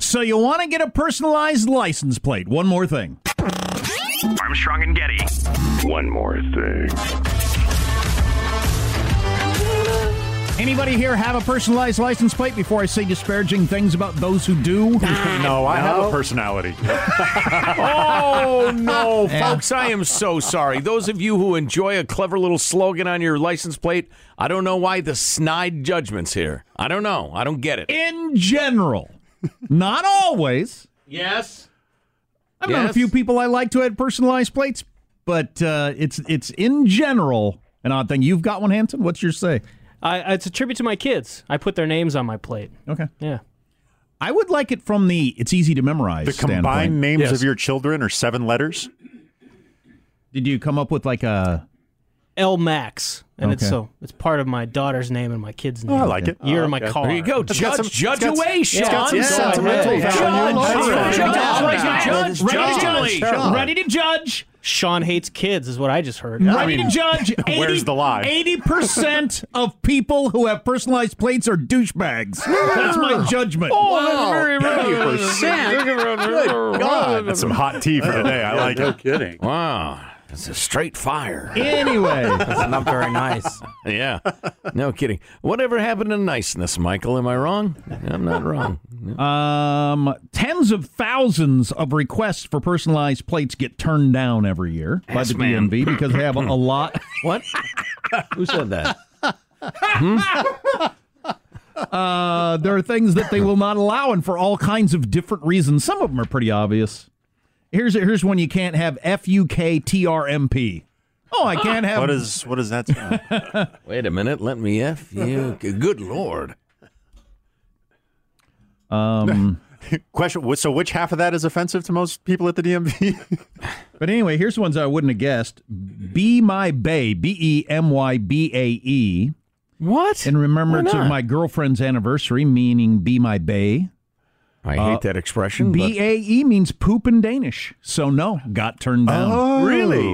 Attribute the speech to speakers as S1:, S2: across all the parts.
S1: So you want to get a personalized license plate. One more thing.
S2: Armstrong and Getty.
S3: One more thing.
S1: Anybody here have a personalized license plate before I say disparaging things about those who do?
S4: No, I have a personality.
S5: Oh no,
S1: Yeah.
S5: folks! I am so sorry. Those of you who enjoy a clever little slogan on your license plate, I don't know why the snide judgments here. I don't know. I don't get it.
S1: In general, not always.
S5: Yes.
S1: I've known a
S5: Yes.
S1: few people I like to add personalized plates, but uh, it's it's in general an odd thing. You've got one, Hampton. What's your say?
S6: I, it's a tribute to my kids. I put their names on my plate.
S1: Okay,
S6: Yeah.
S1: I would like it from the it's easy to memorize.
S4: The
S1: standpoint.
S4: combined names
S5: Yes.
S4: of your children are seven letters.
S1: Did you come up with like a?
S6: L Max, and it's
S1: Okay.
S6: so it's part of my daughter's name and my kid's name.
S4: I like it.
S6: Year of my car.
S5: There you go.
S4: got
S5: Judge,
S4: some-
S5: judge
S4: it's got-
S5: away,
S4: it's
S5: Sean.
S4: got some
S5: Yeah,
S4: sentimental
S5: yeah.
S4: value. That's
S5: Judge,
S4: right.
S5: judge, judge, judge,
S1: Ready to
S5: judge.
S1: judge. Ready to judge.
S6: Sean hates kids is what I just heard.
S1: Ready to judge. 80,
S4: where's the lie?
S1: Eighty percent of people who have personalized plates are douchebags. That's my judgment.
S4: Oh.
S5: Wow.
S4: Good God, that's some hot tea for today. I like
S3: No
S4: it.
S3: kidding.
S5: Wow. It's a straight fire.
S1: Anyway,
S7: That's not very nice.
S5: Yeah. No kidding. Whatever happened to niceness, Michael? Am I wrong? I'm not wrong.
S1: um, tens of thousands of requests for personalized plates get turned down every year by the
S5: man.
S1: DMV because they have a, a lot.
S5: What? Who said that?
S1: Hmm? Uh, there are things that they will not allow, and for all kinds of different reasons. Some of them are pretty obvious. Here's here's one you can't have F U K T R M P. Oh, I can't have.
S4: What is what is that? spell?
S5: Wait a minute. Let me F you. Good Lord.
S1: um,
S4: Question. wh- So, which half of that is offensive to most people at the DMV?
S1: but anyway, here's ones I wouldn't have guessed. Be my bay. B e m y b a e.
S5: What?
S1: In remembrance
S5: Why
S1: of
S5: not?
S1: my girlfriend's anniversary, meaning be my bay.
S5: I hate
S1: Uh,
S5: that expression. but-
S1: B A E means poop in Danish. So no, got turned down.
S5: Oh.
S4: Oh.
S3: Really?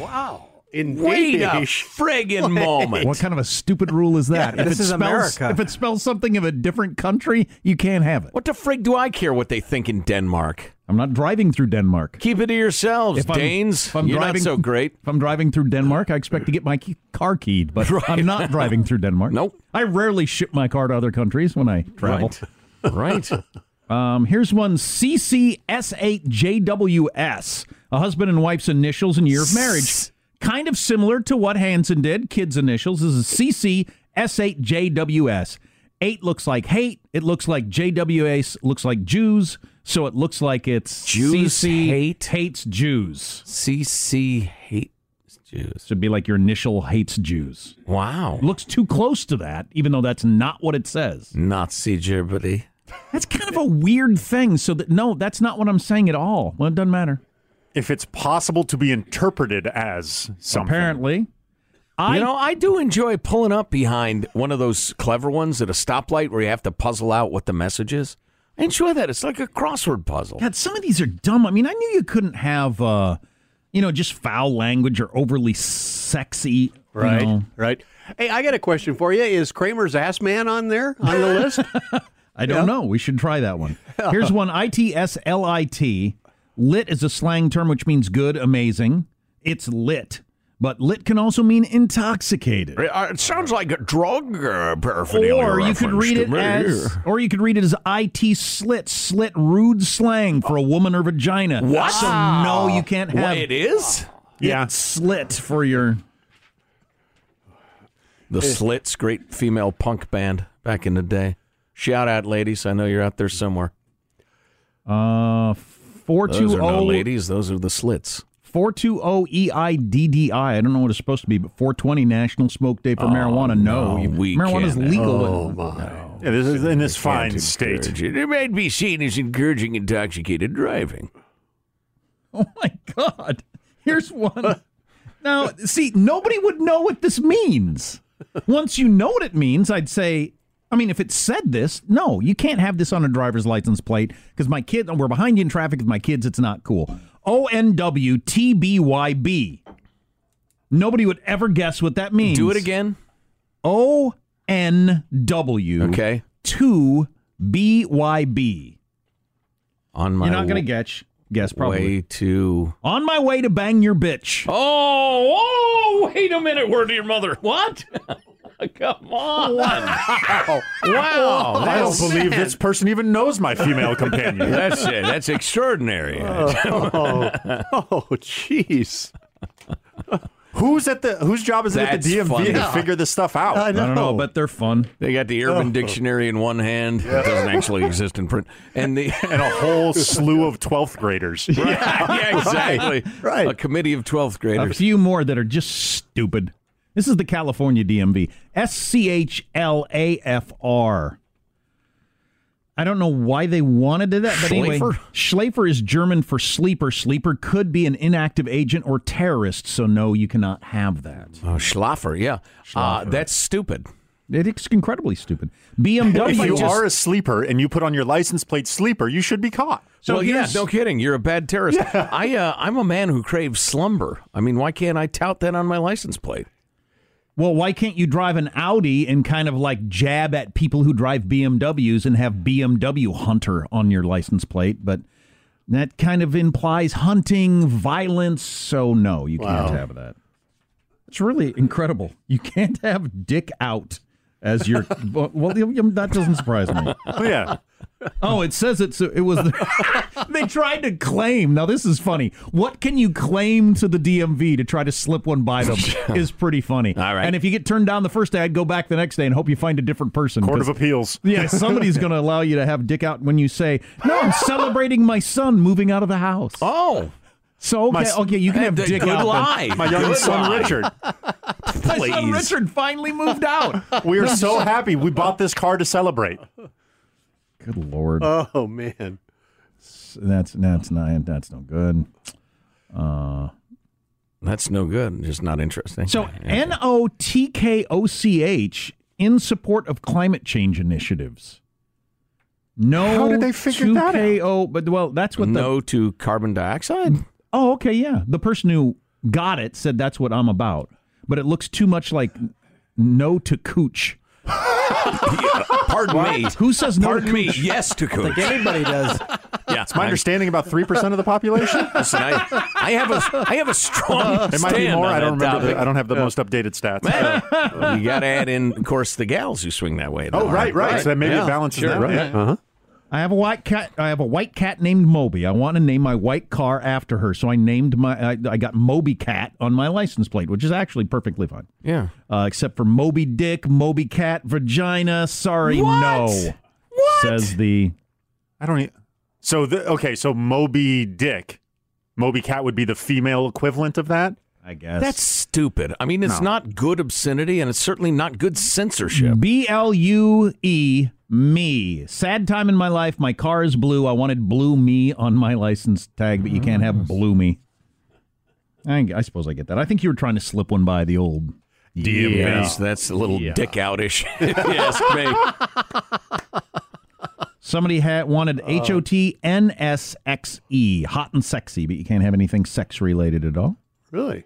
S3: Wow. In
S5: Wait a
S3: Danish.
S5: friggin' moment.
S1: What kind of a stupid rule is that?
S7: Yeah,
S1: if
S7: this
S1: it
S7: is
S1: spells,
S7: America.
S1: If it spells something of a different country, you can't have it.
S5: What the frig do I care what they think in Denmark?
S1: I'm not driving through Denmark.
S5: Keep it to yourselves,
S1: If I'm-
S5: Danes.
S1: if I'm
S5: You're
S1: driving-
S5: not so great.
S1: If I'm driving through Denmark, I expect to get my key, car keyed, but I'm not driving through Denmark.
S5: Nope.
S1: I rarely ship my car to other countries when I travel.
S5: Right.
S1: Um, here's one CCS8JWS, a husband and wife's initials and year of marriage. Kind of similar to what Hanson did, kids' initials. This is CCS8JWS. Eight looks like hate. It looks like JWS looks like Jews. So it looks like it's
S5: Jews
S1: CC
S5: hate?
S1: hates Jews.
S5: CC hate Jews.
S1: So it'd be like your initial hates Jews.
S5: Wow.
S1: Looks too close to that, even though that's not what it says.
S5: Nazi Germany.
S1: That's kind of a weird thing. So that no, that's not what I'm saying at all. Well, it doesn't matter.
S4: if it's possible to be interpreted as something.
S1: Apparently. I
S5: You know, I do enjoy pulling up behind one of those clever ones at a stoplight where you have to puzzle out what the message is. I enjoy that. It's like a crossword puzzle.
S1: God, some of these are dumb. I mean, I knew you couldn't have uh, you know, just foul language or overly sexy. you
S3: Right.
S1: know.
S3: Right. Hey, I got a question for you. Is Kramer's ass man on there on the list?
S1: I don't know. We should try that one. Here's one I T S L I T. Lit is a slang term which means good, amazing. It's lit. But lit can also mean intoxicated.
S5: Uh, It sounds like a drug uh, paraphernalia.
S1: Or you could
S5: reference
S1: read
S5: to
S1: it
S5: me.
S1: as or you could read it as IT slit, slit rude slang for a woman or vagina.
S5: What?
S1: So no, you can't have
S5: What it is?
S4: Yeah.
S1: it slit for your
S5: The Slits, great female punk band back in the day. Shout out, ladies. I know you're out there somewhere.
S1: Uh, oh,
S5: Those are no
S1: 420
S5: ladies. Those are the Slits.
S1: 420 EIDDI. oh E I don't know what it's supposed to be, but 420 National Smoke Day for marijuana. No,
S5: Oh, no,
S1: you-
S5: we
S1: marijuana's
S5: can't.
S1: legal.
S3: Oh
S1: in-
S3: my.
S4: Yeah, this is in this
S5: Can't
S4: fine state.
S5: encourage It. It might be seen as encouraging intoxicated driving.
S1: Oh my God. Here's one. Now, see, nobody would know what this means. Once you know what it means, I'd say, I mean, if it said this, no, you can't have this on a driver's license plate because my kid, we're behind you in traffic with my kids. It's not cool. O N W T B Y B. Nobody would ever guess what that means.
S5: Do it again.
S1: O N W.
S5: Okay.
S1: Two B Y B.
S5: On my
S1: You're not gonna
S5: w-
S1: guess. Guess probably.
S5: way to.
S1: On my way to bang your bitch.
S6: Oh, oh, wait a minute. Word to your mother. What? Come on.
S4: Oh,
S5: Wow,
S4: I don't
S5: Oh, that's,
S4: believe this person even knows my female companion. Uh,
S5: that's it. That's extraordinary.
S4: oh, jeez. Who's at the whose job is it at
S5: That's
S4: the DMV to
S5: funny.
S4: figure this Oh. stuff out?
S1: I don't know, but they're fun.
S5: They got the Urban Dictionary in one hand. It doesn't actually exist in print. And the
S4: and a whole slew of 12th graders.
S5: yeah, exactly.
S4: right.
S5: A committee of 12th
S1: A
S5: graders.
S1: few more that are just stupid. This is the California DMV. S C H L A F R. I don't know why they wanted to do that, but anyway,
S5: Schlafer?
S1: Schlafer is German for sleeper. Sleeper could be an inactive agent or terrorist, so no, you cannot have that.
S5: Oh, Schlaffer, yeah. Uh, that's stupid.
S1: It's incredibly stupid. BMW.
S4: If you
S1: just-
S4: are a sleeper and you put on your license plate sleeper, you should be caught.
S5: So well, yeah,
S1: here's-
S5: no kidding. You're a bad terrorist. I, uh, I'm a man who craves slumber. I mean, why can't I tout that on my license plate?
S1: well, why can't you drive an Audi and kind of like jab at people who drive BMWs and have BMW Hunter on your license plate? But that kind of implies hunting, violence. So, no, you can't have that. It's really incredible. You can't have dick out as your. well, that doesn't surprise me.
S4: Oh, yeah.
S1: Oh, it says it's it was. they tried to claim. Now this is funny. What can you claim to the DMV to try to slip one by them is pretty funny.
S5: All right.
S1: And if you get turned down the first day, I'd go back the next day and hope you find a different person.
S4: Court of
S1: 'cause-
S4: Appeals.
S1: yeah, somebody's going to allow you to have dick out when you say, "No, I'm celebrating my son moving out of the house."
S5: Oh,
S1: so okay,
S4: s-
S1: okay, you can have
S5: good
S1: dick out.
S5: lie.
S4: My young
S5: Good
S4: son
S5: lie.
S4: Richard.
S1: then. My
S5: please.
S1: son Richard finally moved out.
S4: We are so happy we bought this car to celebrate.
S1: Good lord,
S4: Uh,
S3: Oh man.
S1: that's that's not that's no good.
S5: That's no good. Just not interesting.
S1: So N O T K O C H in support of climate change initiatives. No,
S4: How did they figure that out?
S1: 2KO But well, that's what the.
S5: no to carbon dioxide.
S1: Oh, okay, yeah. The person who got it said that's what I'm about, but it looks too much like no to cooch.
S5: Pardon me.
S1: Who says no to
S5: Pardon me.
S1: cooch?
S5: Yes to cooch.
S3: Anybody does.
S5: Yeah, it's
S4: My understanding about 3% of the population?
S5: Listen, I, I have a I have a strong
S4: It might
S5: stand
S4: be more.
S5: on
S4: I don't remember.
S5: that topic.
S4: The, I don't have the most updated stats.
S5: Well, you got to add in, of course, the gals who swing that way.
S4: Oh,
S5: though.
S4: right, right. So then maybe it balances that. Right.
S3: Uh-huh.
S1: I have a white cat. I have a white cat named Moby. I want to name my white car after her, so I named my. I, I got Moby Cat on my license plate, which is actually perfectly fine.
S5: Yeah.
S1: uh, except for Moby Dick, Moby Cat, Vagina. Sorry, no. What says the?
S4: I don't. E- so the, okay, so Moby Dick, Moby Cat would be the female equivalent of that.
S1: I guess
S5: That's stupid. I mean, it's not good obscenity, and it's certainly not good censorship.
S1: B L U E me. Sad time in my life. My car is blue. I wanted blue me on my license tag, but you can't have blue me. I, I suppose I get that. I think you were trying to slip one by the old DMV.
S5: Yes, that's a little
S1: Yeah.
S5: dick outish, if you ask me.
S1: Somebody had wanted H O T N S X E, hot and sexy, but you can't have anything sex related at all. Mm.
S3: Really?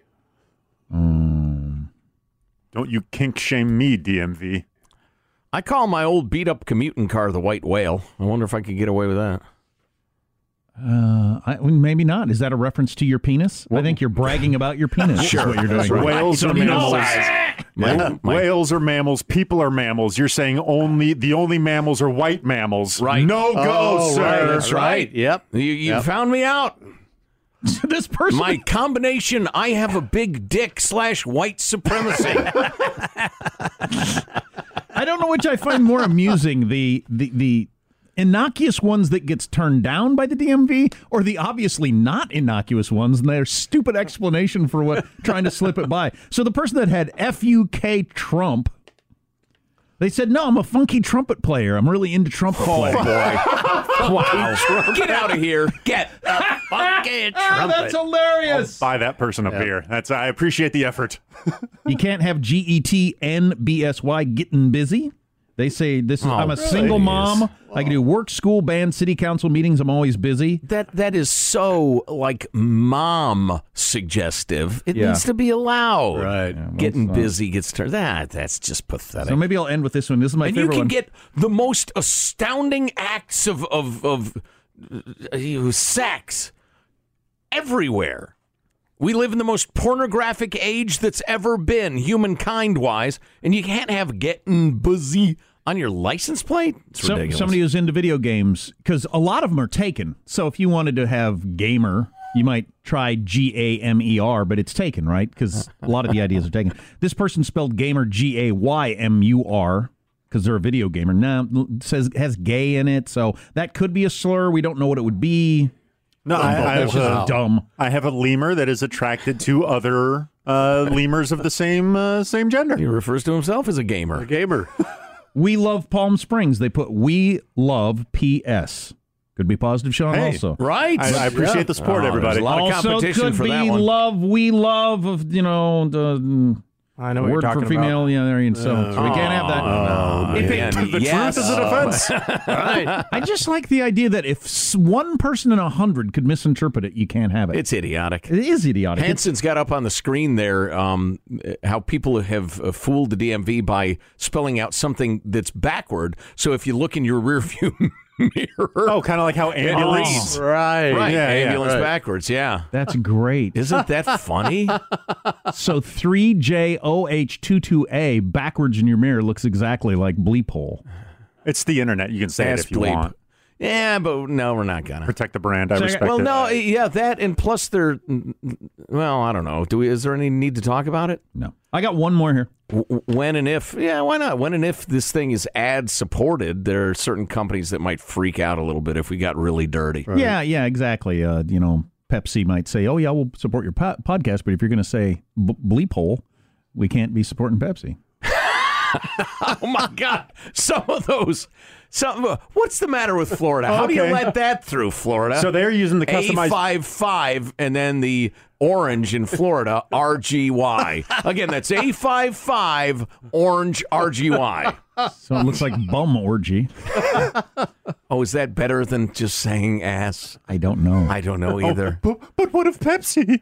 S4: Don't you kink shame me, DMV?
S5: I call my old beat up commuting car the White Whale. I wonder if I could get away with that.
S1: Uh, I, well, maybe not. Is that a reference to your penis? I think you're bragging about your penis. sure, what you're doing.
S4: Whales are mammals. Yeah. Whales are mammals. People are mammals. You're saying only the only mammals are white mammals.
S5: Right.
S4: No go,
S3: Oh,
S4: sir.
S3: right,
S5: That's right.
S3: Yep.
S5: You, you found me out.
S1: this person.
S5: My combination, I have a big dick slash white supremacy.
S1: I don't know which I find more amusing: the the the innocuous ones that gets turned down by the DMV, or the obviously not innocuous ones and their stupid explanation for what trying to slip it by. So the person that had F U K Trump They said, no, I'm a funky trumpet player. I'm really into trumpet
S5: Oh,
S1: playing.
S5: boy. wow. Get out of here. Get a fucking
S6: Ah,
S5: trumpet.
S6: that's
S5: oh,
S6: hilarious.
S4: Buy that person a beer. That's I appreciate the effort.
S1: You can't have G E T N B S Y getting busy. They say this is
S5: Oh,
S1: I'm a
S5: really?
S1: single
S5: Jeez.
S1: mom. I can do work, school, band, city council meetings. I'm always busy.
S5: that that is so like mom suggestive. It
S1: Yeah.
S5: needs to be allowed.
S1: Right. Yeah, well,
S5: Getting
S1: so-
S5: busy gets turned. That that's just pathetic.
S1: So maybe I'll end with this one. This is my
S5: and you
S1: favorite
S5: can
S1: one.
S5: get the most astounding acts of of of uh, sex everywhere. We live in the most pornographic age that's ever been, humankind wise, and you can't have getting busy on your license plate. It's
S1: Some-
S5: ridiculous.
S1: somebody who's into video games because a lot of them are taken. So if you wanted to have gamer, you might try G A M E R, but it's taken, right? Because a lot of the ideas are taken. This person spelled gamer G A Y M U R because they're a video gamer. Now says has gay in it, so that could be a slur. We don't know what it would be.
S4: No, I, uh, I
S1: That's
S4: have
S1: just
S4: a,
S1: dumb.
S4: I have a lemur that is attracted to other uh, lemurs of the same uh, same
S5: he
S4: gender.
S5: refers to himself as a gamer.
S3: Gamer.
S1: We love Palm Springs. They put we love P S. Could be positive, Sean.
S4: Hey,
S1: also,
S5: Right?
S4: I, I appreciate the support,
S5: Oh,
S4: everybody.
S5: there's a lot of
S1: also
S5: competition
S1: could
S5: for
S1: be
S5: that one.
S1: love. We love of you know the.
S3: I know what
S1: word
S3: you're talking
S1: for female,
S3: about. Oh,
S1: yeah, there you go. So, so we can't have that.
S4: He
S5: man.
S4: picked the
S5: Yes.
S4: truth is a defense.
S1: I just like the idea that if s- one person in a hundred could misinterpret it, you can't have it.
S5: It's idiotic.
S1: it is idiotic.
S5: Hanson's got up on the screen there um, how people have uh, fooled the DMV by spelling out something that's backward. So if you look in your rearview mirror,
S4: oh, kind of like how Andy
S5: Oh,
S4: reads.
S5: right, right,
S4: yeah, yeah,
S5: ambulance
S4: right.
S5: backwards, yeah.
S1: That's great.
S5: Isn't that funny?
S1: so 3JOH22A backwards in your mirror looks exactly like bleep hole.
S4: It's the internet. You can say
S5: That's
S4: it if you
S5: bleep.
S4: want.
S5: Yeah, but no, we're not gonna.
S4: Protect the brand. I
S1: Second-
S4: respect
S5: Well,
S4: it. Oh,
S5: no, yeah, that and plus they're. Well, I don't know. Do we? Is there any need to talk about it?
S1: No. I got one more here.
S5: W- when and if yeah why not when and if this thing is ad supported there are certain companies that might freak out a little bit if we got really dirty
S1: Yeah, yeah, exactly. Uh, you know, Pepsi might say, "Oh yeah, we'll support your po- podcast," but if you're going to say b- bleep hole, we can't be supporting Pepsi.
S5: oh my god some of those some of- what's the matter with florida how do you
S4: Okay.
S5: let that through florida
S4: So they're using the customized.
S5: a55 and then the orange in florida rgy again that's a55 orange rgy
S1: So it looks like bum orgy.
S5: oh is that better than just saying ass
S1: I don't know.
S5: i don't
S4: Oh.
S5: know either
S4: But, but what if Pepsi?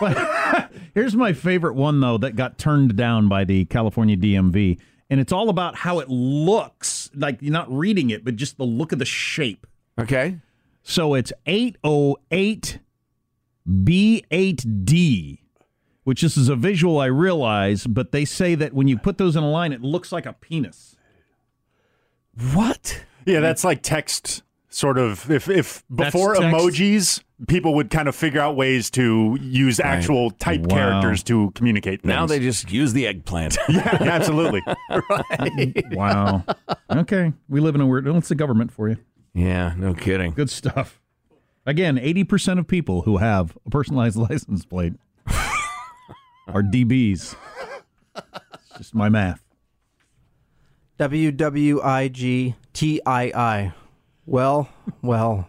S1: But here's my favorite one though that got turned down by the California DMV, and it's all about how it looks. Like you're not reading it, but just the look of the shape.
S5: okay
S1: So it's 808 B8D, which this is a visual I realize, but they say that when you put those in a line, it looks like a penis.
S5: what
S4: Yeah, that's like text sort of if if
S1: That's
S4: before
S1: text.
S4: emojis, people would kind of figure out ways to use actual type
S1: Wow.
S4: characters to communicate things.
S5: now they just use the eggplant
S4: yeah, absolutely.
S1: Wow. okay. We live in a weird. It's the government for you.
S5: Yeah, no kidding.
S1: Good stuff. Again, 80% of people who have a personalized license plate are DBs. It's just my math.
S7: W W I G T I I. Well, well,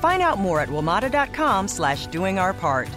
S8: Find out more at WMATA.com slash doing our part.